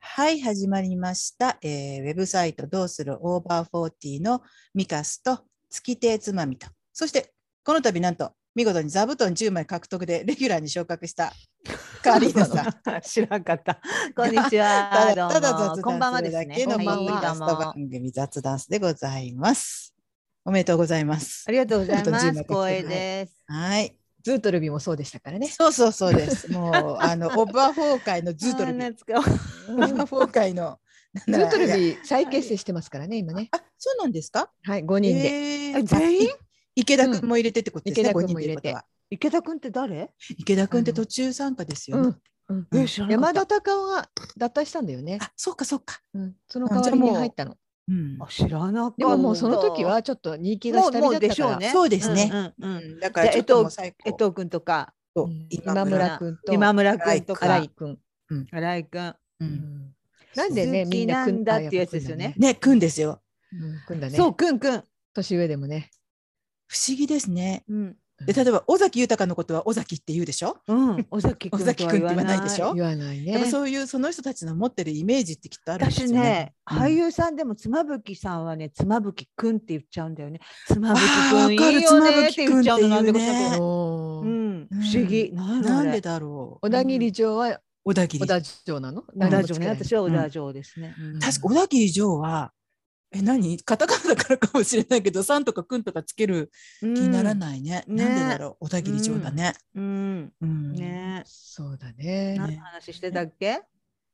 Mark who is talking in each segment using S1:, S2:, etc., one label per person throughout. S1: はい、始まりました。えー、ウェブサイトどうするオーバーフォーティーのミカスと月亭つまみと、そしてこの度なんと見事に座布団10枚獲得でレギュラーに昇格したカリーナ さん。
S2: 知らんかった。こんにちは。た
S1: だただ雑談するだけのマンドキャスト番組雑談でございます。おめでとうございます。
S2: ありがとうございます。光栄です。
S1: はい。
S2: ズートルビもそうでしたからね。
S1: そうそうそうです。 もうあのオーバーフォー界のズートルビ。オーバーフォー界の
S2: ズートルビ再結成してますからね今ね。
S1: あ、そうなんですか？
S2: はい、五人で。
S1: 全員？池田君も入れてってことですね。
S2: 池田君って誰？
S1: 池田君って途中参加ですよ。
S2: 山田隆夫が脱退したんだよね。
S1: あ、そっかそっか。
S2: その代わりに入ったの。
S1: うん、
S2: 知らなかでももうその時はちょっと人気が下火だったからね。
S1: そうですね。
S2: うん、うん、だから江藤江藤君とか
S1: 今村君
S2: と今村君とか新井君、
S1: うん、
S2: 新井君、
S1: うん、
S2: なんでねみんな組んだっていうやつですよね。
S1: ね組んですよ。
S2: うん、組んだね。そう組ん組ん年上でもね。
S1: 不思議ですね。
S2: うん。
S1: で例えば尾崎豊のことは尾崎って言うでしょ。
S2: うん、尾崎
S1: 尾崎君って言わないでしょ。
S2: 言わないね。
S1: やっぱそういうその人たちの持ってるイメージってきっとあるん
S2: ですね。ね、俳優さんでも妻夫木さんはね妻夫木君って言っちゃうんだよね。妻夫木君いいよねって言っちゃうのなんで、
S1: ね。うん
S2: 不思議。
S1: なんでだろ
S2: う。小田切城は
S1: 小田切
S2: 小田城なの？小田城ね。私は小田城ですね。
S1: 確か小田切城はえ何カタカナだからかもしれないけど「さん」とか「くん」とかつける気にならないね。うん、なんでだろう小田切城だね。
S2: うん、うん、ね
S1: そうだね。
S2: 何の話してたっけ、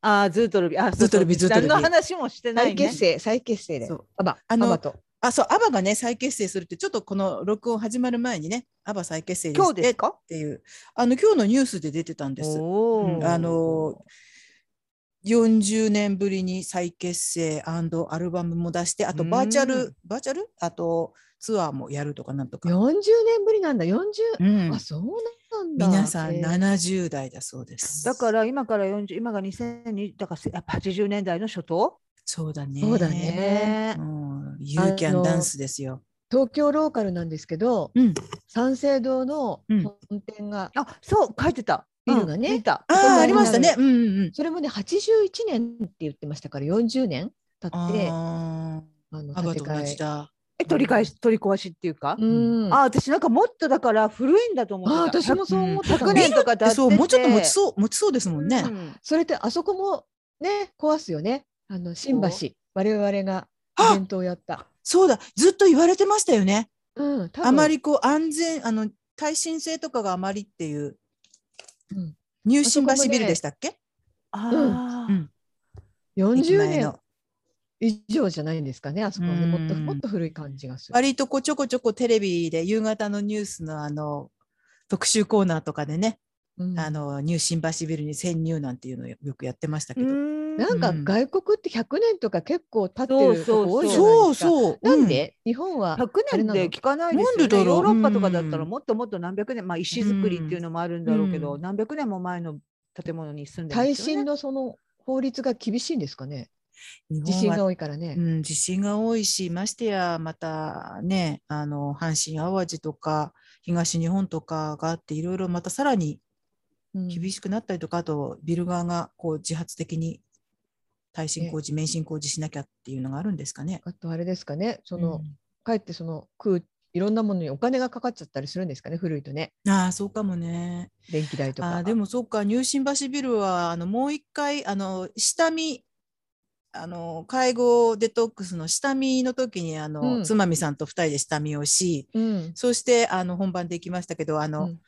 S2: ああズートルビあ
S1: ズートルビズートルビ。
S2: 何の話もしてない、
S1: 再結成再結成で。アバあのあそうアバがね再結成するってちょっとこの録音始まる前にねアバ再結成
S2: 今日ですか
S1: っていうあの今日のニュースで出てたんです。あの40年ぶりに再結成アルバムも出してあとバーチャル、うん、バーチャルあとツアーもやるとかなんとか
S2: 40年ぶりなんだ40、
S1: うん、
S2: あそうなん
S1: だ皆さん70代だそうです
S2: だから今から40今が2020だからやっぱ80年代の初頭
S1: そうだね
S2: そうだね、
S1: うん、ユーキャンダンスですよ
S2: 東京ローカルなんですけど、
S1: うん、
S2: 三省堂の本店が、うん、あそう書いてたビルがね、
S1: うあありましたね、
S2: それもね81年って言ってましたから40年経ってあ
S1: の建て替
S2: え取り返し取り壊しっていうか、あ私なんかもっとだから古いんだと思ってあ
S1: 私もそう思った
S2: 100年とか経って
S1: そうもうちょっと持ちそう持ちそうですもんね、
S2: それってあそこもね壊すよねあの新橋我々がイベントをやった
S1: そうだずっと言われてましたよね、
S2: うん、
S1: あまりこう安全あの耐震性とかがあまりっていううん、ニューシンバシビルでしたっけ？
S2: ああ、うん、40年以上じゃないんですかね。あそこはね、もっともっと古い感じがする。
S1: 割とこうちょこちょこテレビで夕方のニュースのあの特集コーナーとかでね、うん、あのニューシンバシビルに潜入なんていうのをよくやってましたけど。
S2: なんか外国って100年とか結構経ってるとこ多いじゃない
S1: そうそう
S2: なんで、日本は100年って聞かないですよね。ヨーロッパとかだったらもっともっと何百年、まあ石造りっていうのもあるんだろうけど、何百年も前の建物に住んで耐震のその法律が厳しいんですかね。地震が多いからね、
S1: うん、地震が多いしましてやまたねあの阪神・淡路とか東日本とかがあっていろいろまたさらに厳しくなったりとか、あとビル側がこう自発的に耐震工事、免震工事しなきゃっていうのがあるんですかね。
S2: あとあれですかね、その、かえってその空いろんなものにお金がかかっちゃったりするんですかね、古いとね。
S1: ああ、そうかもね。
S2: 電気代とか。
S1: あでもそうか、入信橋ビルはあのもう一回あの下見あの介護デトックスの下見の時にあの、うん、つまみさんと2人で下見をし、
S2: うん、
S1: そしてあの本番で行きましたけどあの、うん、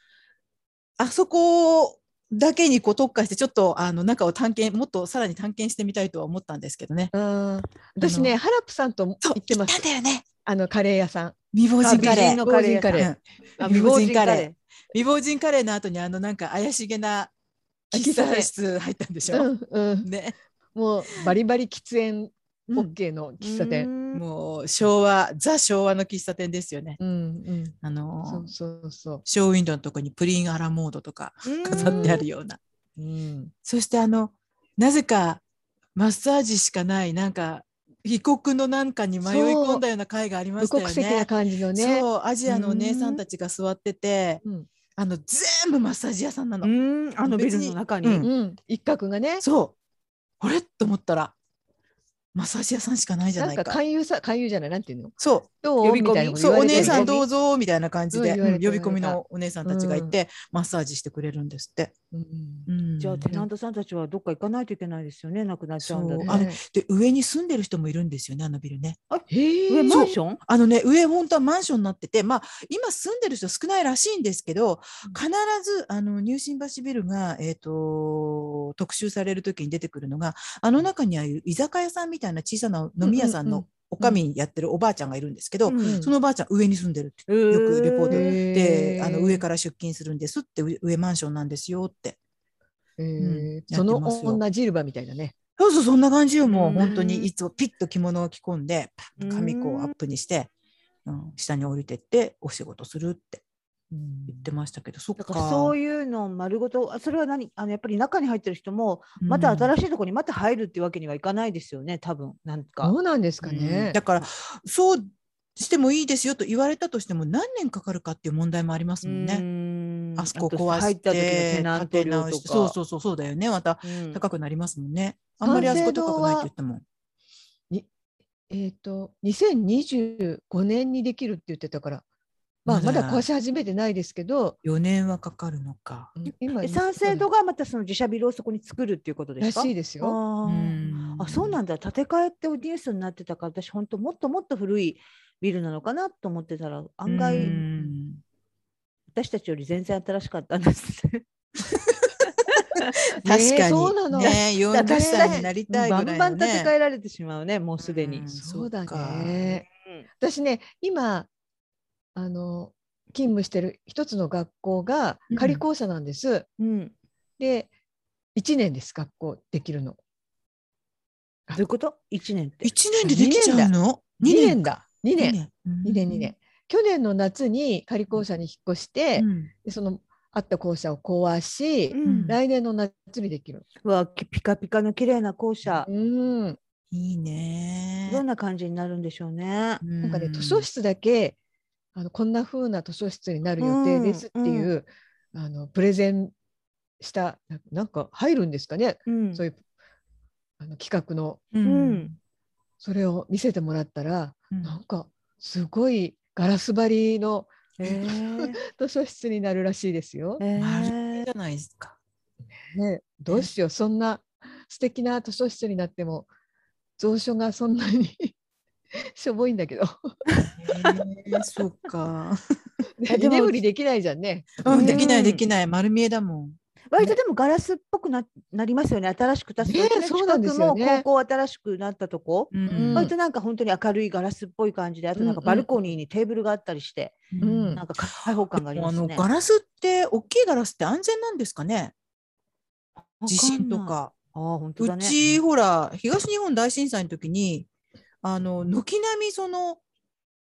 S1: あそこだけにこう特化してちょっとあの中を探検もっとさらに探検してみたいとは思ったんですけどね。
S2: うん私ねハラプさんと行ってます。
S1: だよね。
S2: あのカレー屋さん。
S1: 未亡人カレー。
S2: 未亡人カレー。
S1: 未亡人カレー。未亡人カレーの後にあのなんか怪しげな喫茶室入ったんでしょ。うん
S2: うん、ね。もうバリバリ喫煙 OK の喫茶店。
S1: もう昭和ザ昭和の喫茶店ですよね。
S2: うんうん、
S1: あの
S2: そうそうそう
S1: ショーウィンドウのとこにプリンアラモードとか飾ってあるような。
S2: うん、
S1: そしてあのなぜかマッサージしかないなんか異国のなんかに迷い込んだような会がありましたよね。
S2: 感じのね。
S1: そうアジアのお姉さんたちが座ってて。
S2: うん
S1: あの全部マッサージ屋さんなの。
S2: うん、あのビルの中に、
S1: うん、
S2: 一角がね。
S1: そう。あれと思ったらマッサージ屋さんしかないじゃないか。
S2: なんか勧誘さ勧誘じゃないなんていうの？
S1: そう
S2: どう
S1: 呼び
S2: みた
S1: 込
S2: いな
S1: み、
S2: こと
S1: そ
S2: 言
S1: う
S2: わ
S1: お
S2: れて
S1: 姉さん
S2: ね
S1: どうぞみたいな感じで、
S2: うん言われて
S1: うん呼び込みのお姉さんたちがいて、マッサージしてくれるんですって。
S2: うん
S1: うん
S2: じゃあテナントさんたちはどっか行かないといけないですよね。なくなっちゃうんだ
S1: そう
S2: ね
S1: あので上に住んでる人もいるんですよねあのビルね。
S2: 上
S1: そう
S2: マンション？
S1: あのね上本当はマンションになってて、まあ、今住んでる人少ないらしいんですけど
S2: うん
S1: 必ずあの入信橋ビルが、えー、と特集される時に出てくるのがあの中にああいう居酒屋さんみたいな小さな飲み屋さん
S2: うんうん
S1: のおかみやってるおばあちゃんがいるんですけど、
S2: うん
S1: そのおばあちゃん上に住んでるって。
S2: よ
S1: よくレポートであの上
S2: か
S1: から出勤するんですって上上マンションなんですよって
S2: ら、
S1: ん
S2: その
S1: やってますよ
S2: 女ジルバみたいなね。
S1: そうそうそんな感じよもう
S2: うん
S1: 本当にいつもピッと着物を着込んでパッと髪こうアップにして、うん、下に降りてってお仕事するって言ってましたけどそっ
S2: だ
S1: か
S2: からそういうのを丸ごとあそれは何あのやっぱり中に入ってる人もまた
S1: し
S2: 新しいところにまた入るっていうわけにはいかないですよね多分なんか。
S3: そうなんですかね。
S1: だからそうしてもいいですよと言われたとしても何年かかるかっていう問題もありますもんね。
S2: ね
S1: あそこ壊
S2: 入
S1: し
S2: った時のテ
S1: て
S2: ナン
S1: 建て
S2: ト料
S1: 直
S2: と
S1: して
S2: か。
S1: そうそうそうそうだよねまた
S2: うん
S1: 高くなりますもんね。あんまりあ
S3: 完
S1: そ
S3: 成
S1: こ
S3: 度
S1: 高くな
S3: は
S1: いって言っても。
S3: えっ、と2025年にできるって言ってたから、まあ
S1: ま
S3: ま
S1: だ
S3: だ壊し始めてないですけど、
S1: 4年はかかるのか。
S3: うん今
S2: え賛成度
S3: が
S2: がまたその自社ビルをそこに作るっていうことで
S3: ら
S2: すから
S3: しいです
S2: あ
S3: よ。
S2: ーあそうなんんだ建て替えってオーディエンスになってたから私本当もっともっと古いビルなのかなと思ってたら案外
S1: うん
S2: 私たちより全然新しかったんです ね。
S1: 確かに、
S3: ねえそうなの。
S1: ねえ、
S2: だ
S1: 40
S2: から
S1: 歳になりたいぐらい
S2: バ
S1: の、ね、
S2: ンバン建て替えられてしまうねもうすでに
S1: うん。
S3: そうだ
S1: そうか
S3: ね。私ね今あの勤務してる一つの学校が
S1: うん
S3: 仮校舎なんです。
S2: うん、
S3: で1年です学校できるの。
S2: どういうこと1年って。
S1: 一年でできちゃうの？
S3: 2
S1: 二
S3: 年だ。2
S1: 二
S3: 年。
S1: 年うん
S3: 2年2年。去年の夏に仮校舎に引っ越して、
S1: うん
S3: でそのあった校舎を壊し、
S2: うん
S3: 来年の夏にできる。
S2: うわきピカピカの綺麗な校舎、
S3: うん。
S1: いいね。
S2: どんな感じになるんでしょうね。
S3: な
S1: なん
S3: かね、図書室だけあのこんな風な図書室になる予定ですっていう、あのプレゼンしたななんか入るんですかね、
S2: うん
S3: そういうあの企画の
S1: う
S2: うん
S3: それを見せてもらったら、
S1: うん
S3: なんかすごいガラス張りの
S2: へー
S3: 図書室になるらしいですよ。
S2: へ
S1: 丸
S2: ー
S1: じゃないですか。
S3: ね、どうしようそんな素敵な図書室になっても蔵書がそんなに しょぼいんだけど
S1: へえそうか。
S2: やで
S3: 居
S2: も
S3: 眠りできないじゃんね。
S1: うん、できな
S2: う
S1: い
S2: ん
S1: できない丸見えだもん。
S2: 割とでもガラスっぽくななりますよね新しく建つと、
S3: ね
S2: うちの
S3: そうなんですよね
S2: 近くも高校新しくなったとこ、
S1: うん
S3: うん
S2: 割となんか本当に明るいガラスっぽい感じであとなんか
S3: うん
S2: バルコニーにテーブルがあったりして、
S3: うん
S2: なんか開放感があり
S1: もうあ
S2: ます
S1: の
S2: ね。
S1: ガラスって大きいガラスって安全なんですかね？地震とか。
S2: あー本当
S1: う
S2: だね
S1: ち、ほら東日本大震災の時にあの軒並みその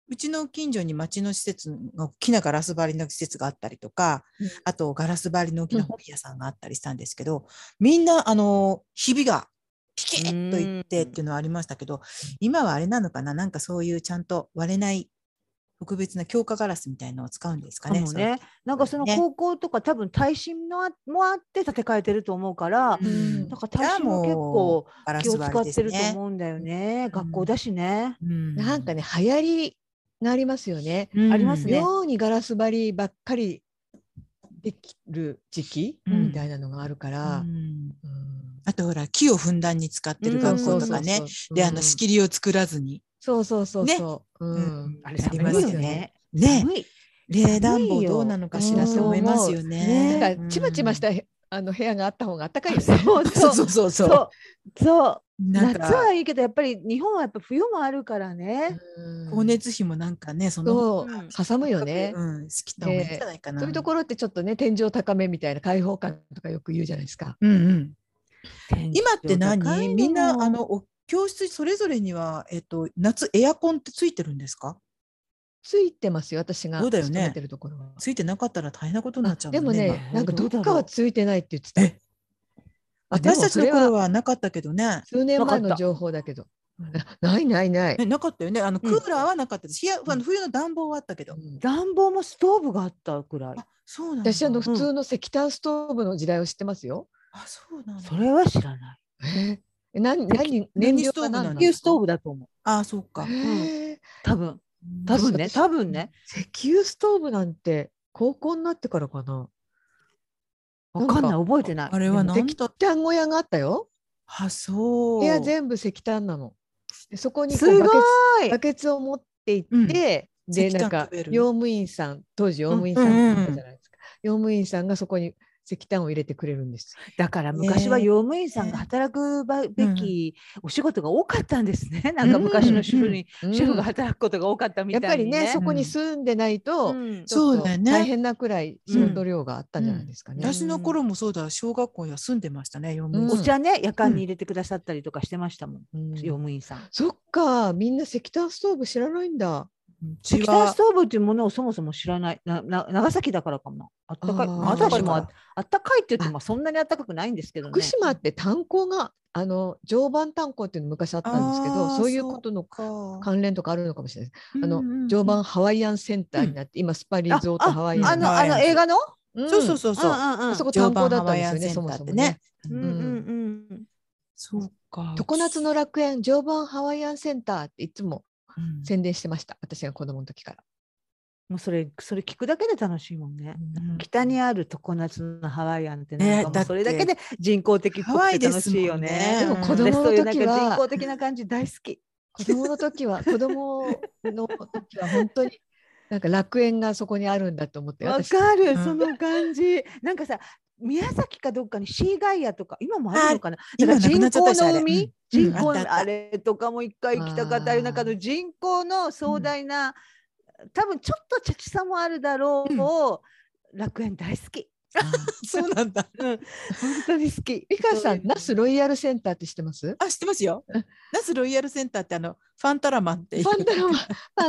S1: うちの近所に町の施設の大きなガラス張りの施設があったりとか、
S3: うん
S1: あとガラス張りの大き
S3: う
S1: なん本屋さんがあったりしたんですけど、みんなあのひびがピキッといって
S2: う
S1: っ
S2: ん
S1: ていうのはありましたけど、今はあれなのかななんかそういうちゃんと割れない特別な強化ガラスみたいのを使うんですか
S2: か
S1: ね。
S2: も
S1: そういう
S2: ねなんかその
S1: ね
S2: 高校とか、多分耐震のあもあって建て替えてると思うから、
S1: うん
S2: なんか耐震も結構
S1: ガラ
S2: 気
S1: ス
S2: を
S1: 張
S2: 使
S1: り
S2: っ
S1: で
S2: て
S1: す
S2: ると
S1: ね。
S2: 思うんだよね、学校だしね。
S1: うん
S3: なんかね流行りがありますよね。
S1: うん
S2: ありますね
S3: 妙にガラス張りばっかりできる時期
S1: うん
S3: みたいなのがあるから
S1: う、ん
S3: うん
S1: あとほら木をふんだんに使ってる
S2: うん
S1: 学校とかね、であの仕切りを作らずに、
S3: そうそうそう
S1: ね
S3: そう、う、
S1: うん
S2: あれ
S1: やり
S2: 寒
S1: ま
S2: い
S1: す
S2: よ
S1: よねね
S2: ね。。寒い
S1: 冷暖房どうなのかしらと思いますよ
S2: うん
S1: ね。
S3: だからちまちました
S1: い。
S3: あの部屋があった方が暖かいよね。
S2: そう
S1: そ
S2: そう
S1: そう
S2: う
S1: そうそ。
S2: そううそう
S1: なん
S2: 夏
S1: か
S2: はいいけどやっぱり日本はやっぱ冬もあるからね。
S3: うん
S1: 光熱費もなんかねその
S3: そう
S2: うん
S3: かさむよね。
S1: うん仕切った方がいいんじゃないかな。
S3: そういうところってちょっとね天井高めみたいな開放感とかよく言うじゃないですか。
S1: うんうん。
S2: 天井
S1: 今って
S2: 高い
S1: 何？
S2: の
S1: みんなあのお教室それぞれにはえっと夏エアコンってついてるんですか？
S3: ついてますよ私が
S1: そうだよね
S3: 勤めてるところは。
S1: ついてなかったら大変なことになっちゃう
S3: で
S1: ん
S3: も
S1: だね。
S3: ね
S2: 今
S3: なんかどっかはついてないって言ってた。
S1: え
S3: あでも
S1: 私たちの
S3: それ
S1: 頃はなかったけどね。
S3: 数年前
S2: なか
S3: の
S2: った
S3: 情報だけど。 なないないない
S1: ね。なかったよね。あのク
S2: うん
S1: ーラーはなかったです。ひやあ
S3: う
S1: の
S3: ん
S1: 冬の暖房はあったけど。
S2: 暖房もストーブがあったくらい。
S1: あ、そうなんだ。
S3: 私あの普通の石炭ストーブの時代を知ってますよ。
S1: あ、そうなんだ。
S2: それは知らない。
S3: え何何
S1: 何ストーブなの
S2: 石油ストーブだと思う。
S1: ああ、そうか。
S3: へー
S2: 多分。多分ね。
S3: 私
S2: 多分ね。
S3: 石油ストーブなんて高校になってからかな。
S2: わかんない。
S3: なん
S2: 覚えてない。
S1: あれは何
S3: 石
S1: だ
S3: 炭小屋があったよ。
S1: あ、そう。
S3: 部屋全部石炭なの。でそこにこ
S2: す
S3: う
S2: ご
S3: バケツ
S2: い
S3: バケツを持って行って、で
S1: 石炭
S3: なんか
S1: 食べる
S3: 用務員さん当時用務員さんだったじゃないですか、用務員さんがそこに石炭を入れてくれるんです
S2: だから昔は
S1: ね
S2: 用務員さんが働くばべきお仕事が多かったんですね。 なんか昔の主婦に
S3: よ、
S2: 主婦が
S3: うん
S2: 働くことが多かったみ
S3: やったぱ
S2: い
S3: り
S2: にね。
S3: ねそこに住んでないと、
S2: うん
S3: ち
S1: そ
S3: ょっ
S1: う
S3: と
S1: だよね
S3: 大変なくらい仕事量があったんじゃないですかね。
S1: 私の頃もそうだ、小学校には住んでましたね、読む
S3: うん
S2: お茶ね夜間に入れてくださったりとかしてましたもん。
S3: うん
S2: 用務員さん。
S3: そっかみんな石炭ストーブ知らないんだ。
S1: うち
S2: 石炭
S1: は
S2: ストーブっていうものをそもそも知らない。なな長崎だからかもな。あったかい。
S3: あー
S2: まあ私も
S1: あ
S2: ああったかいって言ってもまあそんなにあったかくないんですけどね。
S3: 福島って炭鉱があの常磐炭鉱っていうの昔あったんですけ
S1: あ
S3: ど
S1: ー
S3: そういうことの
S1: か
S3: 関連とかあるのかもしれないです。あの
S1: うんうんうん
S3: 常磐ハワイアンセンターになって、今スパリ
S2: あ
S3: ゾートハワイ
S2: あ
S3: ア
S2: あ
S3: ン
S2: のあの映画の。
S3: うん
S1: そうそうそうそう。
S2: んうんう
S3: あ
S2: ん
S3: そこ
S1: 常
S3: 炭
S1: 磐
S3: 鉱だ
S1: ハ
S3: った
S1: ワ
S3: んで
S1: イ
S3: す
S1: ア
S3: よ
S1: ンセ
S3: ね
S1: ンター
S3: そもそ
S1: っ
S3: も
S1: て
S3: ね
S1: ね。。
S2: うんうんうん。
S1: そうか。
S3: 常夏の楽園常磐ハワイアンセンターっていつも
S1: うん
S3: 宣伝してました私が子供の 時から。
S2: もうそれそれ聞くだけで楽しいもんね。
S1: うん
S2: 北にある常夏のハワイアンって
S1: ね
S2: なんかもうそれだけで人工的っぽ
S1: ハワ
S2: く
S1: イ
S2: て
S1: で
S2: 楽
S1: す
S2: し
S1: もん
S2: い
S1: ね
S2: よね。
S1: でも子
S3: 供の
S2: 私そういうなん
S3: 時
S2: か
S3: は
S2: 人工的な感じ大好き。
S3: 子供の時は子供の時は本当になんか楽園がそこにあるんだと思って
S2: わ
S3: 私
S2: かる、
S1: うん
S2: その感じ。なんかさ宮崎かどっかにシーガイアとか今もあるのかな。
S1: 今
S2: だから
S1: なくなっちゃ
S2: 人
S1: った
S2: 工
S1: でしょあれ
S2: の海、
S1: うん
S2: 人工
S1: うんあったあった
S2: のあれとかも一回行きたかった
S3: あー
S2: あの中の人工の壮大な、多分ちょっとチャチさもあるだろう、楽園大好き。
S1: そうなんだ。
S2: 本当に好き。
S3: 美香さん那
S2: なす
S3: 須ロイヤルセンターって知ってます
S1: あ、知ってますよ。ナスロイヤルセンターってあのファンタラマンっていう。
S3: ファンタラ マ、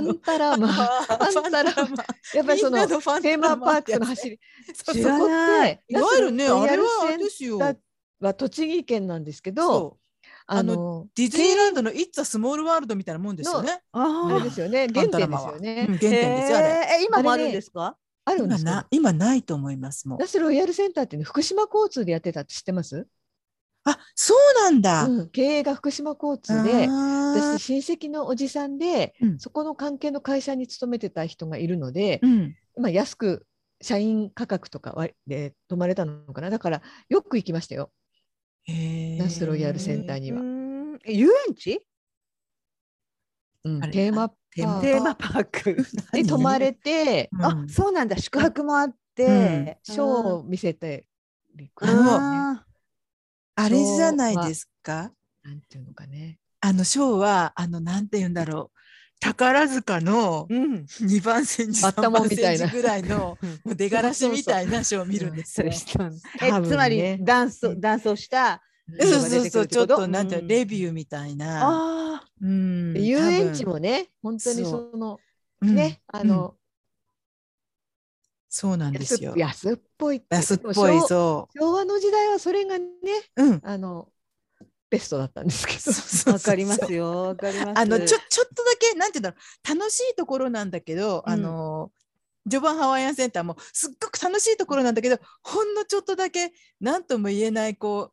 S3: ファンタラマ。
S1: ファンタラマン。
S3: ファンやっぱりそ
S1: みんな
S3: のテ
S1: ファンタ
S3: ーマパー
S1: ラ
S3: クの
S1: マンってやつ
S3: 走り。
S1: そう
S2: 知
S1: そう
S2: らない。
S1: いわゆるね、
S3: 那須
S1: あ
S3: ロイヤ
S1: れ
S3: ル
S1: はあ
S3: セ
S1: れ
S3: ン
S1: ですよ。
S3: ターは栃木県なんですけど、
S1: そう。
S3: あ
S1: あ
S3: の、
S1: ディズニーランドの It's a Small World みたいなもんですよね。
S3: あ
S2: あ
S3: れですよね、
S1: ファ
S3: 原
S1: ンタラ
S3: 点で
S1: マ
S3: す
S1: は。
S3: よ
S1: うん
S3: ね。
S1: 原点ですよ、あれ。
S2: えーえ今もあ
S3: あれ
S2: るん
S3: ね
S2: ですか？
S3: あるんで
S1: 今
S3: すよ
S1: な。今ないと思いますもん
S3: 那。須ロイヤルセンターってね、福島交通でやってたって知ってます
S1: あ、そうなんだ。
S3: うん経営が福島交通で、私親戚のおじさんで、
S1: うん
S3: そこの関係の会社に勤めてた人がいるので、
S1: うん、
S3: まあ、安く社員価格とか割で泊まれたのかなだからよく行きましたよ
S1: ナ
S3: ナスロイヤルセン ターには
S2: うー、んえ遊園地？
S3: うん
S1: あれ
S3: テーマパ
S1: テーマパーク
S2: テーマパーク。
S3: で泊まれて、
S1: あ、
S2: あそうなんだ宿泊もあっ
S1: うん
S2: て、
S3: ショーを見せてく
S1: あ
S3: れ
S1: の
S3: る
S1: の
S3: ね
S2: あ
S1: あれじゃないですか。
S3: なんていうのかね
S1: あのショーは、あの、なんて言うんだろう。宝塚の
S2: ーうん。
S1: 二番煎じ、
S3: バッタ
S1: 三
S3: モン
S1: 番
S3: みた
S1: 煎
S3: い
S1: じ
S3: な
S1: ぐらいの。もう出がらしみたいなショーを見るんです
S2: そ
S1: よ
S2: れ。したの
S3: 多分ね
S2: えつまりダンス
S1: うん
S2: ダンスをした。
S1: え
S2: う
S1: そう
S2: そう
S1: そうそう、ちょっとなんていうの
S2: うん
S1: レビューみたいな。
S2: ああ。
S1: うん
S3: で遊園地もね本当に
S1: そう
S3: その
S1: 多分
S3: ね、
S1: うん
S3: あの、
S1: そうなんです
S3: 安っ
S1: よ。
S3: 安っぽいって
S1: 安っぽ
S3: で
S1: い、
S3: も昭
S1: そ
S3: 昭和の時代はそれがね
S1: う。うん。
S3: あのベストだったんですけど
S2: わかりますよ。わかります。
S1: あのちょちょっとだけなんて言うんだろう楽しいところなんだけど、
S2: うん
S1: あの序盤ハワイアンセンターもすっごく楽しいところなんだけどほんのちょっとだけ何とも言えないこう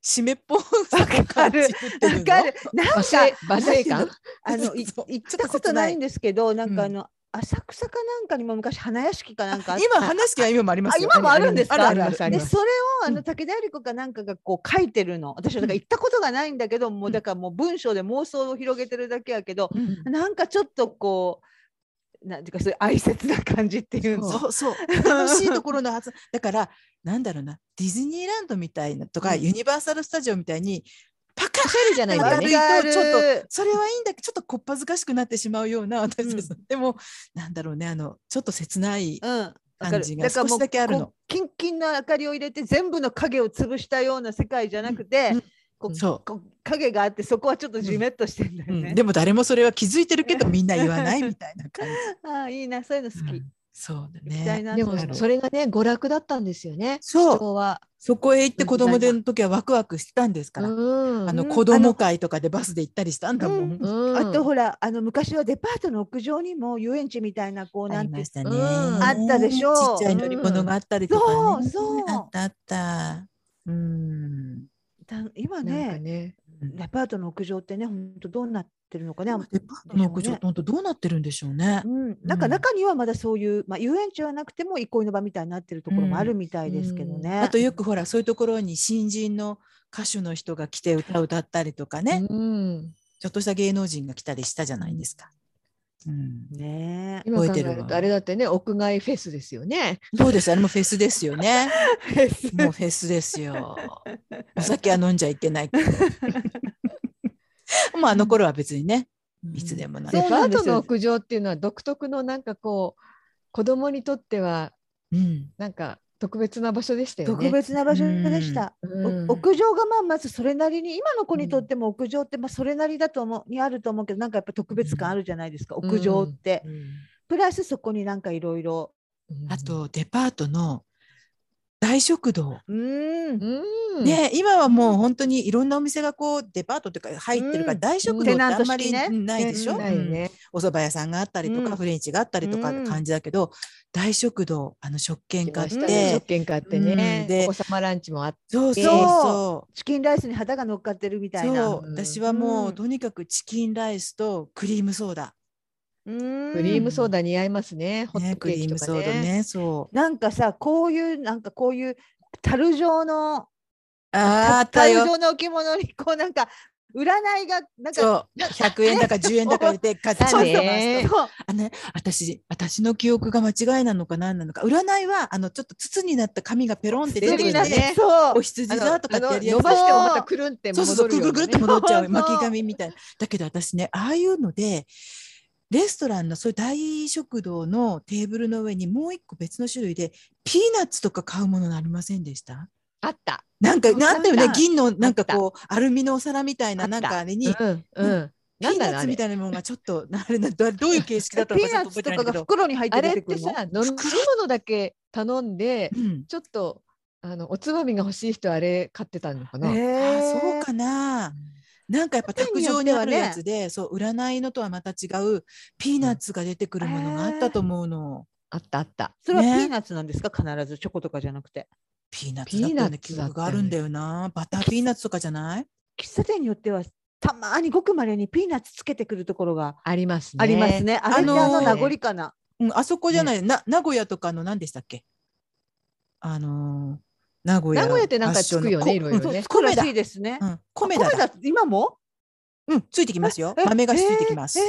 S1: 湿っぽさを感じるってい
S2: わ
S1: う
S2: か
S1: の
S2: る。 なんか
S3: 罵声罵声
S1: なん
S3: 感
S1: て
S2: あの い
S1: そう
S2: 行っ
S1: ちょっと
S2: たこ
S1: 切
S2: と
S1: ない
S2: ないんですけど、なんか
S1: う
S2: あ
S1: ん
S2: の、浅草かなんかにも昔花屋敷かなんかあっ
S1: 今
S2: あ
S1: 話す気は今もありますよ
S2: あ今もあるんですか
S1: あるある
S3: あ
S1: あ
S3: り
S1: り
S2: で
S1: ま
S3: ます
S2: それをあ
S1: う
S2: の
S1: ん
S2: 武田絵理子かなんかがこう書いてるの私はだか
S1: う
S2: ら
S1: ん
S2: 行ったことがないんだけど、もううんだからもう文章で妄想を広げてるだけやけど、
S1: うん
S2: なんかちょっとこうなんていうかそういう哀切な感じっていうの
S1: そうそう楽しいところのはずだからなんだろうなディズニーランドみたいなとか、
S2: うん
S1: ユニバーサル・スタジオみたいにパカッ
S3: シャレじゃないんだよね
S1: 明るいとちょっと
S2: っ
S1: それはいいんだけどちょっとこっぱずかしくなってしまうような私たちの、でもなんだろうねあのちょっと切ない
S2: うんわか
S1: 感
S2: る
S1: じが
S2: だから
S1: 少
S2: も
S1: し
S2: う
S1: だけあるの
S2: こうキンキンの明かりを入れて全部の影を潰したような世界じゃなくて、
S1: うんう
S2: こう
S1: そ
S2: こう影があってそこはちょっとじめっとしてんだ
S1: う、
S2: よね
S1: うん、。でも誰もそれは気づいてるけどみんな言わないみたいな感
S2: ああいいなそういうの好
S1: じ、
S2: き。
S1: うんそうだ
S2: 行きたい
S1: ね
S2: な
S3: で
S2: そういう
S1: なる
S3: も
S2: の
S3: それがね娯楽だったんですよね
S1: そう
S3: 昭和
S1: そこへ行って子供での時はワクワクしたんですから、
S3: うん
S1: あ
S2: う
S1: の
S2: ん
S1: 子供会とかでバスで行ったりしたんだもん、
S2: うん
S3: うん
S2: あとほらあの昔はデパートの屋上にも遊園地みたいなこう
S1: あ
S2: な
S1: り
S2: んて
S1: ましたね、
S3: うんあ
S2: ったでしょ
S1: ちっちゃい乗り物があったりとか、ね
S2: うんそうそう
S1: あったあったうん
S2: た今
S3: なんか
S2: ね
S3: ね、
S2: デパートの屋上ってね、本当どうなってるのかね。
S1: デパートの屋上、本当どうなってるんでしょうね。
S2: うん、なんか中にはまだそういう、まあ、遊園地はなくても憩いの場みたいになってるところもあるみたいですけどね。うん
S1: うん、あとよくほら、そういうところに新人の歌手の人が来て歌を歌ったりとかね、うん、ちょっとした芸能人が来たりしたじゃないですか。うん、
S2: ね
S3: 今考えるとあれだってね屋外フェスですよね。
S1: そうですあれもフェスですよ ね。もうフェスですよ。お酒は飲んじゃいけない けど。まああの頃は別にね、うん、いつでも
S3: なデパートの屋上っていうのは独特のなんかこう子供にとっては、うん、なんか特別な場所でした、ね、
S2: 特別な場所でした。うん、屋上がまあまずそれなりに今の子にとっても屋上ってまあそれなりだと思うにあると思うけどなんかやっぱ特別感あるじゃないですか、うん、屋上って、うん、プラスそこになんかいろいろ。
S1: あとデパートの大食堂。ね今はもう本当にいろんなお店がこうデパートというか入ってるから大食堂ってあんまりないでしょ、ね、お蕎麦屋さんがあったりとか、フレンチがあったりとかって感じだけど、大食堂あの食券買って、ね、
S3: 食券買ってね、うん、でお子様ランチもあって
S1: そうそう
S2: チキンライスに肌が乗っかってるみたいな。
S1: 私はもう、とにかくチキンライスとクリームソーダ
S3: クリームソーダ似合いますね。ホットクリームソーダね。
S1: そう
S2: なんかさ、こういうなんかこういう樽状の
S1: あ
S2: 樽状の置物にこうなんか占いがなんか
S1: 100円だか10円だか入れて買っちゃうとあね私私の記憶が間違いなのか何なのか占いはあのちょっと筒になった紙がペロンって出てくるねお羊だとかってやりや
S3: 伸ばしてまたくるんって
S1: そうそうくるくるくるって戻っちゃう巻き紙みたいなだけど私ねああいうのでレストランのそういう大食堂のテーブルの上にもう一個別の種類でピーナッツとか買うものありませんでした
S3: あった
S1: なんかなんだよね銀のなんかこうアルミのお皿みたいななんかあれに、うんうんピーナッツみたいなものがちょっと なれなどういう形式だったの
S2: かちょっと覚えてないけど。とかが袋に入って
S3: 出てくるの。あれってさ飲み物だけ頼んで、ちょっとあのおつまみが欲しい人あれ買ってたのかな。
S1: えー、そうかな。なんかやっぱ卓上にあるやつで、ね、そう占いのとはまた違うピーナッツが出てくるものがあったと思うの。
S3: えー、あったあった。
S2: それはピーナッツなんですか、ね、必ずチョコとかじゃなくて。
S1: ピーナッツだったよね記憶があるんだよな。バターピーナッツとかじゃない
S2: 喫茶店によってはたまにごくまれにピーナッツつけてくるところが
S3: ありますね。
S2: ありますね。あれの名残かな。
S1: うん、あそこじゃない、な名古屋とかの何でしたっけあのー名古屋。
S3: 名古屋ってなんかつくよね、いろいろね。
S2: つくらしいですね。
S1: 米だ。
S2: 今も
S1: うん、ついてきますよ。豆菓子ついてきます。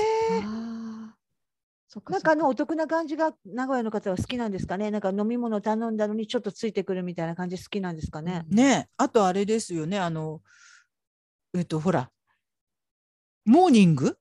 S2: なんかあのお得な感じが名古屋の方は好きなんですかね。なんか飲み物頼んだのにちょっとついてくるみたいな感じ好きなんですかね。
S1: ね、あとあれですよね。あのえっとほら、モーニング？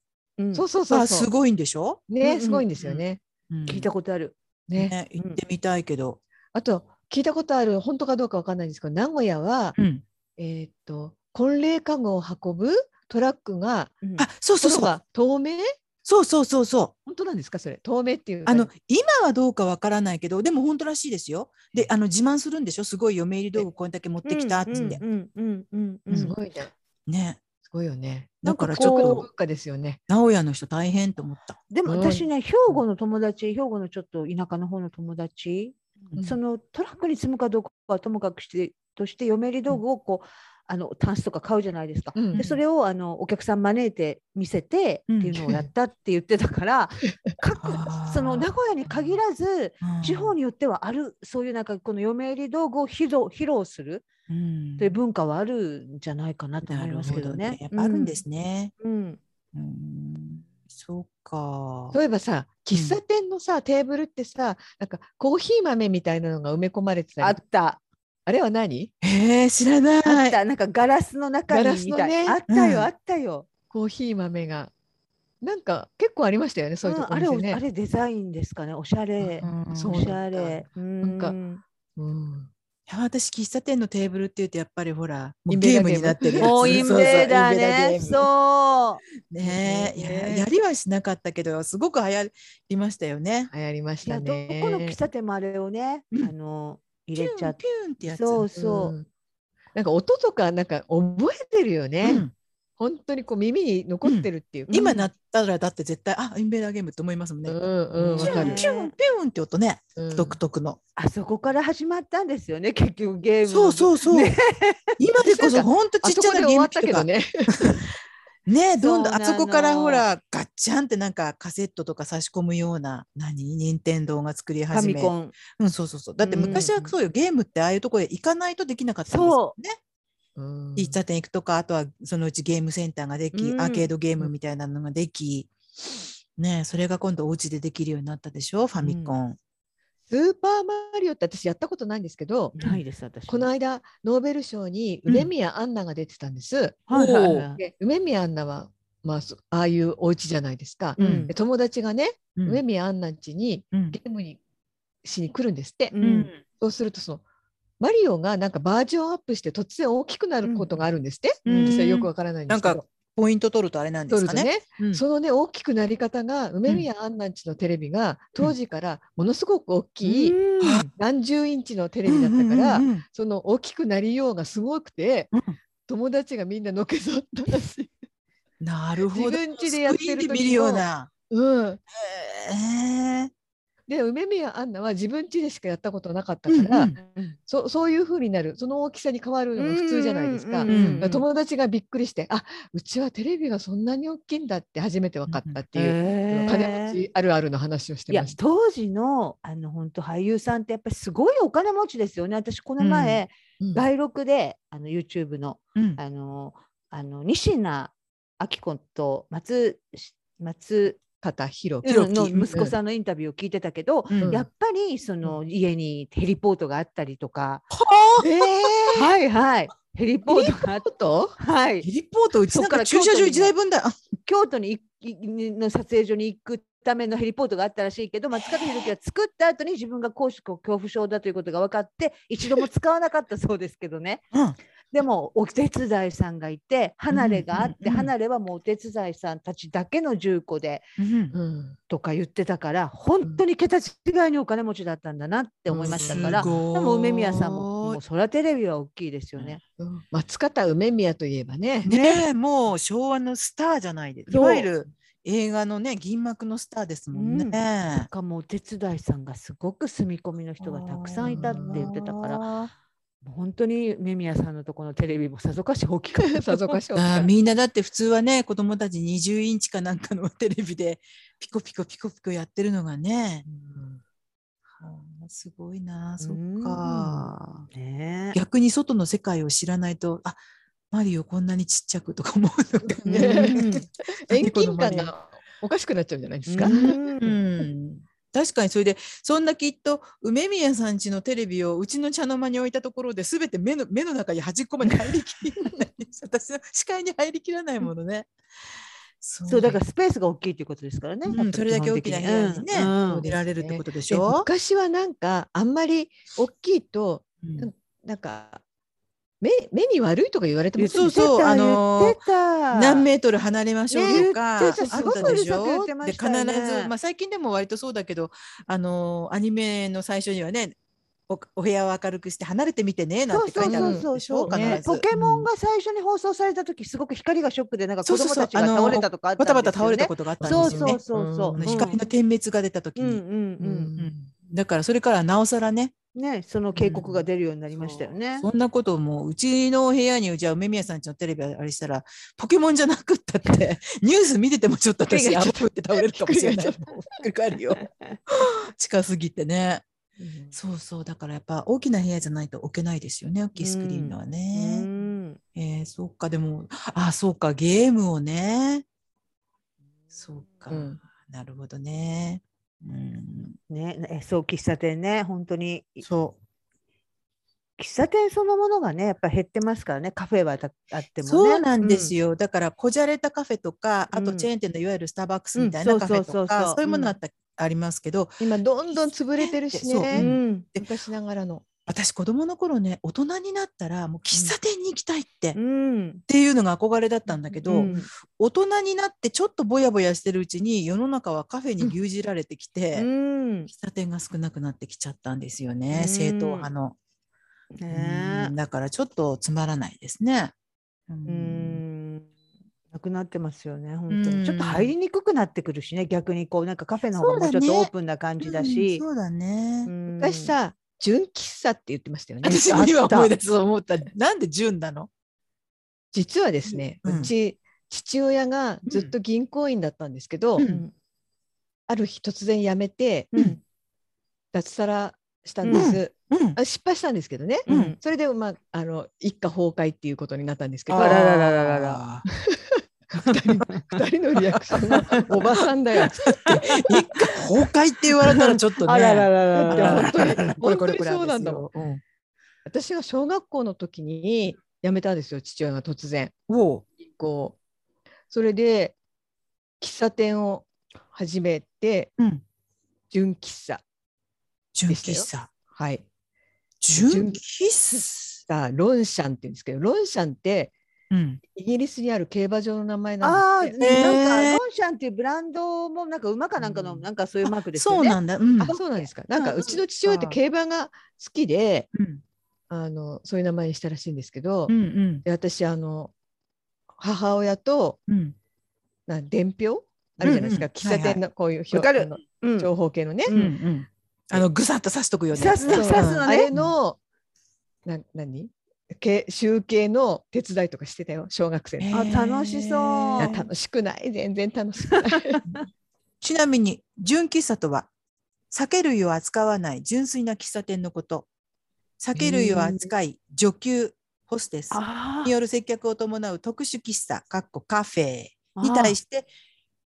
S3: そうそうそう
S1: すごいんでしょ？
S3: ね、すごいんですよね。
S2: 聞いたことある。
S1: ね、行ってみたいけど。
S3: あと聞いたことある本当かどうかわかんないんですけど名古屋は、うん、えっと婚礼家具を運ぶトラックが、
S1: うん、あそうそうそう
S3: 透明
S1: そうそうそうそう
S3: 本当なんですかそれ透明っていう
S1: あの今はどうかわからないけどでも本当らしいですよであの自慢するんでしょすごい嫁入り道具これだけ持ってきたってんで、うん
S3: うん、すごいね
S1: ね
S3: すごいよね。
S1: だからちょっと
S3: 文化ですよね。
S1: 名古屋の人大変と思った。
S2: でも私ね、兵庫の友達、兵庫のちょっと田舎の方の友達そのトラックに積むかどうかはともかくしてとして嫁入り道具をこう、あのタンスとか買うじゃないですか、うん、でそれをあのお客さん招いて見せてっていうのをやったって言ってたから、 各その名古屋に限らず、地方によってはあるそういうなんかこの嫁入り道具を披露披露する。うん、という文化はあるんじゃないかなと思いますけどね。
S1: やっぱあるんですね。
S2: うん、うん
S1: そうか。
S3: そういえばさ、喫茶店のさ、うん、テーブルってさ、なんかコーヒー豆みたいなのが埋め込まれてた
S2: あった。
S3: あれは何？
S1: えー、知らない。
S2: あった。なんかガラスの中にみたい。ね、あったよ、あったよ。
S3: コーヒー豆が。なんか結構ありましたよね、そういうところ、ね
S2: うん、あれデザインですかね、おしゃれ。うん、そうおしゃれ。
S3: なんか。うん。
S1: 私喫茶店のテーブルって言うとやっぱりほらもうゲームになってる
S2: もうインベーダーねそう
S1: ねやりはしなかったけどすごく流行りましたよね
S3: 流行りましたね
S2: どこの喫茶店もあれをね、あの入れちゃって
S1: ピュンってやつ
S2: そうそう、
S3: なんか音とかなんか覚えてるよね、本当にこう耳に残ってるっていうか、
S1: 今なったらだって絶対あインベーダーゲームって思いますもんね。
S3: う
S1: ピ
S3: ん
S1: ュ
S3: うんわか
S1: ン
S3: る
S1: ピュンピュンって音ね、
S3: うん
S1: 独特の。
S2: あそこから始まったんですよね結局ゲームの
S1: そうそうそう。
S2: ね
S1: 今でこそ本当
S3: あ
S1: ちっ
S3: そ
S1: ち
S3: こ
S1: ゃ
S3: で
S1: な
S3: 終
S1: ゲー
S3: わ
S1: ム
S3: っ
S1: 機
S3: た
S1: と
S3: け
S1: か
S3: どね。
S1: ねどんどん
S2: そう
S1: あ
S2: な
S1: そ
S2: の
S1: こからほらガッチャンってなんかカセットとか差し込むような何任天堂が作り
S2: ファ
S1: 始
S2: ミ
S1: め
S2: コン
S1: うんそうそうそうだって昔はそうよ、ゲームってああいうところへ行かないとできなかったんですよね
S3: うん
S1: 喫茶店行くとかあとはそのうちゲームセンターができ、
S2: うん
S1: アーケードゲームみたいなのができ、ねそれが今度お家でできるようになったでしょファミコン、
S3: スーパーマリオって私やったことないんですけど、
S2: ないです私
S3: この間ノーベル賞に
S1: うん
S3: 梅宮アンナが出てたんです。
S2: はいはいはい
S3: で梅宮アンナは、まあ、そああいうお家じゃないですか。
S1: うん
S2: うん
S3: で友達がね、
S1: うん
S3: 梅宮アンナ家に
S1: うん
S3: ゲームにしに来るんですって。
S2: う
S1: うんん
S3: そうするとそのマリオがなんかバージョンアップして突然大きくなることがあるんですって、
S1: うん
S3: 私はよくわからないんですけど
S1: なんポイント取るとあれなんで
S3: 撮
S1: す
S3: る
S1: か
S3: と
S1: ね。
S3: ね、
S1: うん
S3: そのね大きくなり方が梅宮アンナんちのテレビが当時からものすごく大きい、
S2: うん
S3: 何十インチのテレビだったから、
S1: うんうんうん
S3: その大きくなりようがすごくて、
S1: うん
S3: 友達がみんなのけぞったらしい。
S1: なるほど。
S3: 自分家でやってる時
S1: スクリーンで
S3: の
S1: 見るような。
S3: うん、
S1: えー
S3: で梅宮アンナは自分家でしかやったことなかったから、
S1: うん
S3: そそういう風になるその大きさに変わるのが普通じゃないですか。
S2: うんう
S1: う
S2: う
S3: 友達がびっくりして「あうちはテレビがそんなに大きいんだ」って初めて分かったっていう、
S2: へー
S3: 金持ちあるあるの話をして
S2: いや
S3: ました。
S2: 当時のあの本当俳優さんってやっぱりすごいお金持ちですよね私この前、
S3: うん
S2: 外録であの YouTube の
S1: うん
S2: あのあの西名明子と松松
S3: 方広
S1: う
S3: く、
S1: ん
S2: の息子さんのインタビューを聞いてたけど、
S1: うん
S2: やっぱりその家にヘリポートがあったりとか、
S3: ええ
S2: はいはいヘリポートがあっ
S3: ー、と
S2: はい
S1: ヘリポートうちなんか駐車場一台分だよ。
S2: 京都に行きの撮影所に行くためのヘリポートがあったらしいけど松方弘樹は作った後に自分が高所恐怖症だということが分かって一度も使わなかったそうですけどね
S1: うん
S2: でもお手伝いさんがいて離れがあ
S1: う
S2: っ
S1: んうんう
S2: て
S1: ん
S2: 離れはもうお手伝いさんたちだけの住戸で
S1: うん
S3: うん、
S2: とか言ってたから本当に桁違いにお金持ちだったんだなって思いましたから、
S1: すごい
S2: でも梅宮さんももうそらテレビは大きいですよね。
S3: うん松方梅宮といえばね
S1: ねえもう昭和のスターじゃないです。い
S2: そう
S1: わゆる映画のね銀幕のスターですもんね。
S2: うんなんかもうお手伝いさんがすごく住み込みの人がたくさんいたって言ってたから
S1: ら。
S2: 本当に梅宮さんのとこのテレビもさぞかし大きか った
S3: さぞかし大きか
S1: あ
S3: っ
S1: ー
S3: た
S1: みんなだって普通はね子供たち20インチかなんかのテレビでピコピコピコピコやってるのがね、あーすごいなそっか
S2: ねえ
S1: 逆に外の世界を知らないとあマリオこんなにちっちゃくとか思うのが
S3: うん
S1: ね、
S3: 遠近感がおかしくなっちゃうんじゃないですか。
S2: うん
S1: うん確かにそれでそんなきっと梅宮さん家のテレビをうちの茶の間に置いたところで全て目の目の中に端っこまで入りきらない私の視界に入りきらないものね。そ
S2: そうだからスペースが大きいっていうことですからね、
S1: うん
S2: やっぱり
S1: それだけ大きな部屋にね
S2: うんうん
S3: そう
S1: 出
S3: です
S1: られるってことでし
S3: で
S1: ょ、
S3: 昔はなんかあんまり大きいと
S1: うん
S3: なんか目目に悪いとか言われてます
S1: そうそうあのー
S2: 言ってた
S1: 何メートル離れましょうとか、
S2: ね
S1: あったでし
S2: すごくうるさく言
S1: ょ
S2: ってま
S1: で
S2: し
S1: 必
S2: たよね
S1: ず、まあ、最近でも割とそうだけどあのアニメの最初にはねおお部屋を明るくして離れてみてねなんて書いてあるんでしょ
S3: そうそうそうそう
S1: 必ず
S2: ポケモンが最初に放送された時すごく光がショックでなんか子供たち
S1: そうそうそうあ
S2: が
S1: の
S2: 倒れたとかあった
S1: バ
S2: んです
S1: タ
S2: よ
S1: バタ倒れ
S2: ね
S1: たことがあったんですよね。
S2: そうそうそうそう、
S3: うん
S1: あの光の点滅が出た時
S2: うん
S1: に、
S2: うんうん
S1: だからそれからなおさらね
S2: ねその警告が出るようになりましたよね。
S1: そんなことをもううちの部屋にじゃあ梅宮さんちのテレビあれしたらポケモンじゃなくったって ニュース見ててもちょっと私
S3: ひっくり
S1: あ
S3: 返
S1: ぶ
S3: っ
S1: っ
S3: ち
S1: て
S3: ゃ
S1: 倒れるかもしれない
S3: ひ
S1: も
S3: っ
S1: んひっくり返るよ近すぎてねそうそうだからやっぱ大きな部屋じゃないと置けないですよね大きいスクリーンのは
S2: う
S1: ね、
S2: ん
S1: えーそうかでもあそうかゲームをねそうか、
S3: うん
S1: なるほどねうん
S2: ねえそう喫茶店ね本当に
S1: そう
S2: 喫茶店そのものがねやっぱ減ってますからねカフェはたあってもね。
S1: そうなんです
S2: よ。
S1: よ、だからこじゃれたカフェとかあ
S2: う
S1: と
S2: ん
S1: チェーン店のいわゆるスターバックス
S2: うん
S1: みたいなカフェ
S2: そう
S1: と
S2: そうそう
S1: か
S2: そ
S1: そ
S2: う
S1: ういうものあった、ありますけど
S3: 今どんどん潰れてるし
S1: そう
S2: う
S3: ね、
S2: ん
S3: 昔ながらの。
S1: 私子供の頃ね大人になったらもう喫茶店に行きたいって、っ
S2: うん
S1: ていうのが憧れだったんだけど、
S2: うん
S1: 大人になってちょっとぼやぼやしてるうちに世の中はカフェに牛耳られてきて、
S2: うん
S1: 喫茶店が少なくなってきちゃったんですよね、
S2: うん
S1: 正統派の、
S2: ね
S1: うんだからちょっとつまらないですね。う
S2: うんなくなってますよね本当に、ちょっと入りにくくなってくるしね逆にこうなんかカフェの方がもうちょっとオープンな感じだし
S1: そうだね、
S3: 昔さ純喫茶って言ってましたよね
S1: 私も今思い出す思ったなんで純なの
S3: 実はですね、うち父親がずっと銀行員だったんですけど、ある日突然辞めて、脱サラしたんです、う失敗したんですけどね、それで、まあ、あの一家崩壊っていうことになったんですけど
S2: あらららららら
S3: 2, 人のリアクションが「おばさんだよ」って
S1: 一家崩壊って言われたらちょっとねあ
S2: らららら
S3: 本当に本当にそうなんだもん、うん、私が小学校の時に辞めたんですよ父親が突然
S1: お
S3: こうそれで喫茶店を始めて、
S1: うん、
S3: 純喫茶
S1: 純喫茶
S3: はい
S1: 純喫
S3: 茶ロンシャンって言うんですけどロンシャンって
S1: うん、
S3: イギリスにある競馬場の名前なんです、
S2: ね。なんかロンシャンっていうブランドもなんか馬かなんかの、なんかそういうマークです
S1: そうなんだ。うん
S3: あそうなんですか。なんかうちの父親って競馬が好きで、あのそういう名前にしたらしいんですけど、で私あの母親と、な伝票あるじゃないですか、喫茶店のこういう
S2: 表、はい
S3: はい、情報系のね、
S1: あのぐさっと刺しとくよね。
S2: 刺す刺すのね。あれ
S3: のな何け集計の手伝いとかしてたよ小学生
S2: あ楽しそう
S3: 楽しくない全然楽し くない
S1: ちなみに純喫茶とは酒類を扱わない純粋な喫茶店のこと酒類を扱い女給ホステスによる接客を伴う特殊喫茶かっこカフェに対して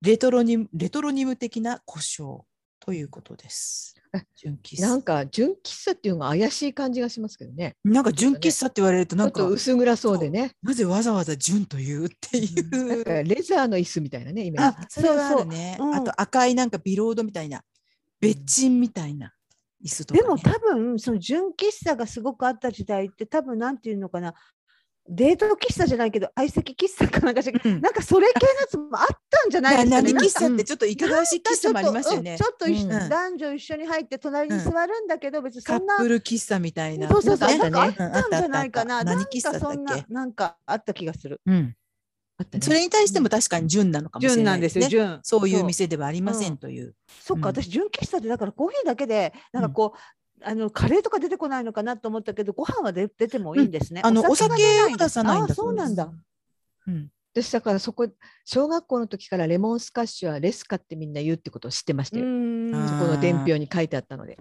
S1: レトロニムレトロニム的な故障ということです。
S3: 純喫茶。なんか純喫茶っていうのが怪しい感じがしますけどね。
S1: なんか純喫茶って言われるとなんか、
S3: ね、薄暗そうでね。
S1: なぜわざわざ純というっていう。
S3: レザーの椅子みたいなねイメージ。
S1: それがあるね。あと赤いなんかビロードみたいな、別鎮みたいな。椅子と
S2: でも多分その純喫茶がすごくあった時代って多分なんていうのかなデート喫茶じゃないけど相席喫茶かなんかし、うん、なんかそれ系のやつもあったんじゃないですか、ね、
S1: 喫茶ってちょっといかがわしい喫茶もありますよね。
S2: ちょっと,、男女一緒に入って隣に座るんだけど、別にそんな
S1: カップル喫茶みたいな。
S2: そうそうそう、なんかあったんじゃないかな。何喫茶そんななんかあった気がする。
S1: うんそれに対しても確かに純なのかもしれないですね。
S2: 純
S1: そういう店ではありませんという。
S2: そっか、私純喫茶でだからコーヒーだけでなんかこう、あのカレーとか出てこないのかなと思ったけど、ご飯は出てもいいんですね。
S1: あのお酒を出さないんだ
S2: そうなんだ。
S3: うん。私だからそこ小学校の時からレモンスカッシュはレスカってみんな言うってことを知ってましたよ。そこの伝票に書いてあったので。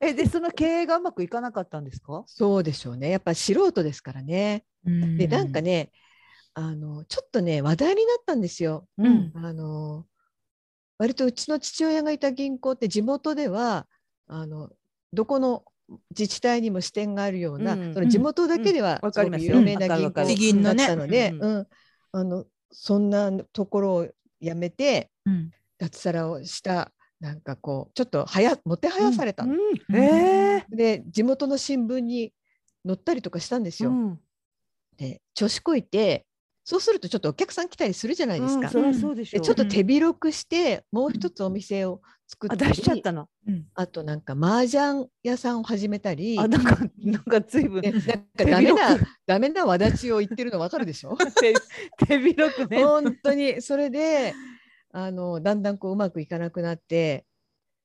S2: えでその経営がうまくいかなかったんですか？
S3: そうでしょうね。やっぱ素人ですからね。でなんかねあのちょっとね話題になったんですよ。
S1: うん、
S3: あの割とうちの父親がいた銀行って地元ではあのどこの自治体にも支店があるような、その地元だけでは、
S2: うん、
S3: 有名な銀行だったので、うんあのそんなところをやめて、脱サラをしたなんかこうちょっとはやもてはやされたの、で地元の新聞に載ったりとかしたんですよ。で調子こいてそうするとちょっとお客さん来たりするじゃないですか。
S2: そうでしょ
S3: ちょっと手広くして、もう一つお店を作った
S2: り、しちゃったの。
S3: あとなんか麻雀屋さんを始めたり、
S2: あなんかなんか随分、ね、 な
S3: かダ
S2: ん
S3: メなダメなわだちを言ってるのわかるでしょ。
S2: 手広くね。
S3: 本当にそれであのだんだんこううまくいかなくなって、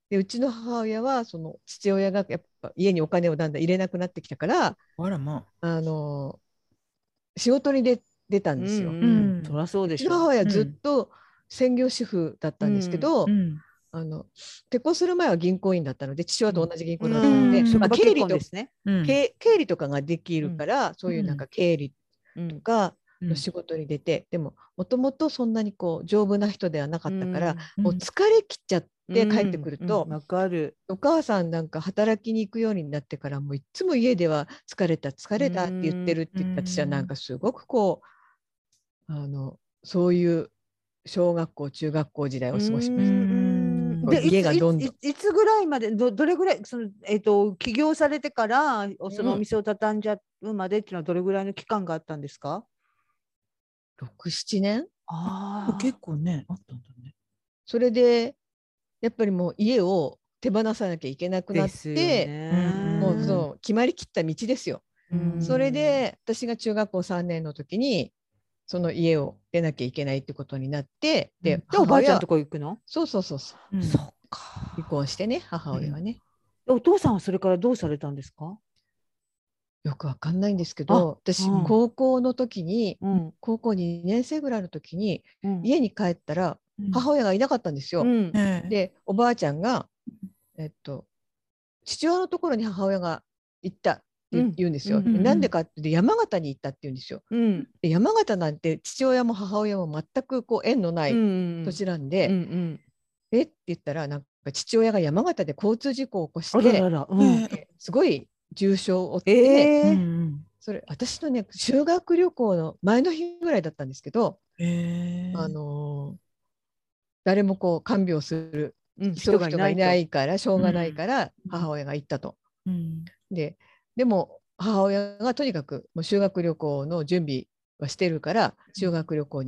S3: でうちの母親はその父親がやっぱ家にお金をだんだん入れなくなってきたから、
S1: あらま
S3: あ、あの仕事に出出たんですよ。
S2: そりゃそうでしょ。
S3: 母親ずっと専業主婦だったんですけど、あの結婚する前は銀行員だったので父親と同じ銀行だったので、まあ、経理と経理とかができるから、そういうなんか経理とかの仕事に出て、でももともとそんなにこう丈夫な人ではなかったから、もう疲れきっちゃって帰ってくると、
S2: わかる
S3: お母さんなんか働きに行くようになってからもういつも家では疲れた疲れたって言ってるって言った私はなんかすごくこう。あのそういう小学校中学校時代を過ごしました。
S2: で家がどんどんいつぐらいまでどどれぐらいその、えーと、と起業されてからそのお店を畳んじゃうまでっていうのはどれぐらいの期間があったんですか、
S3: うん、?67 年
S1: あ結構ねあったんだね。、
S3: それでやっぱりもう家を手放さなきゃいけなくなってもうそう決まりきった道ですよ。それで私が中学校3年の時にその家を出なきゃいけないってことになってで,、
S2: でおばあちゃんとこ行くの
S3: そうそうそうそう
S1: うん、
S2: そっか
S3: 離婚してね母親はね、
S2: お父さんはそれからどうされたんですか
S3: よくわかんないんですけど私、
S2: うん
S3: 高校の時に、
S2: うん
S3: 高校2年生ぐらいの時に
S2: うん
S3: 家に帰ったら
S1: うん
S3: 母親がいなかったんですよ。
S2: うん
S1: ええ
S3: でおばあちゃんが、えっと、父親のところに母親が行ったって言う
S2: うん
S3: 言うんですよ。
S2: うん
S3: でな、んでかってで山形に行ったって言うんですよ。
S2: うん
S3: で山形なんて父親も母親も全くこう縁のない
S2: うん
S3: 土地なんで「
S2: うん
S3: えっ?」て言ったらなんか父親が山形で交通事故を起こし
S2: うん、あら
S3: て
S2: らら、うん、
S3: すごい重傷を負っ
S2: え
S3: て、
S1: う
S2: え
S1: んうん
S3: それ私のね修学旅行の前の日ぐらいだったんですけど、
S1: ええ
S3: あのー誰もこう看病する
S2: うん、
S3: 人がいない
S2: い
S3: からしょうがないから
S1: うん
S3: 母親が行ったと。
S1: うん
S3: ででも母親がとにかくもう修学旅行の準備はしてるから修学旅行に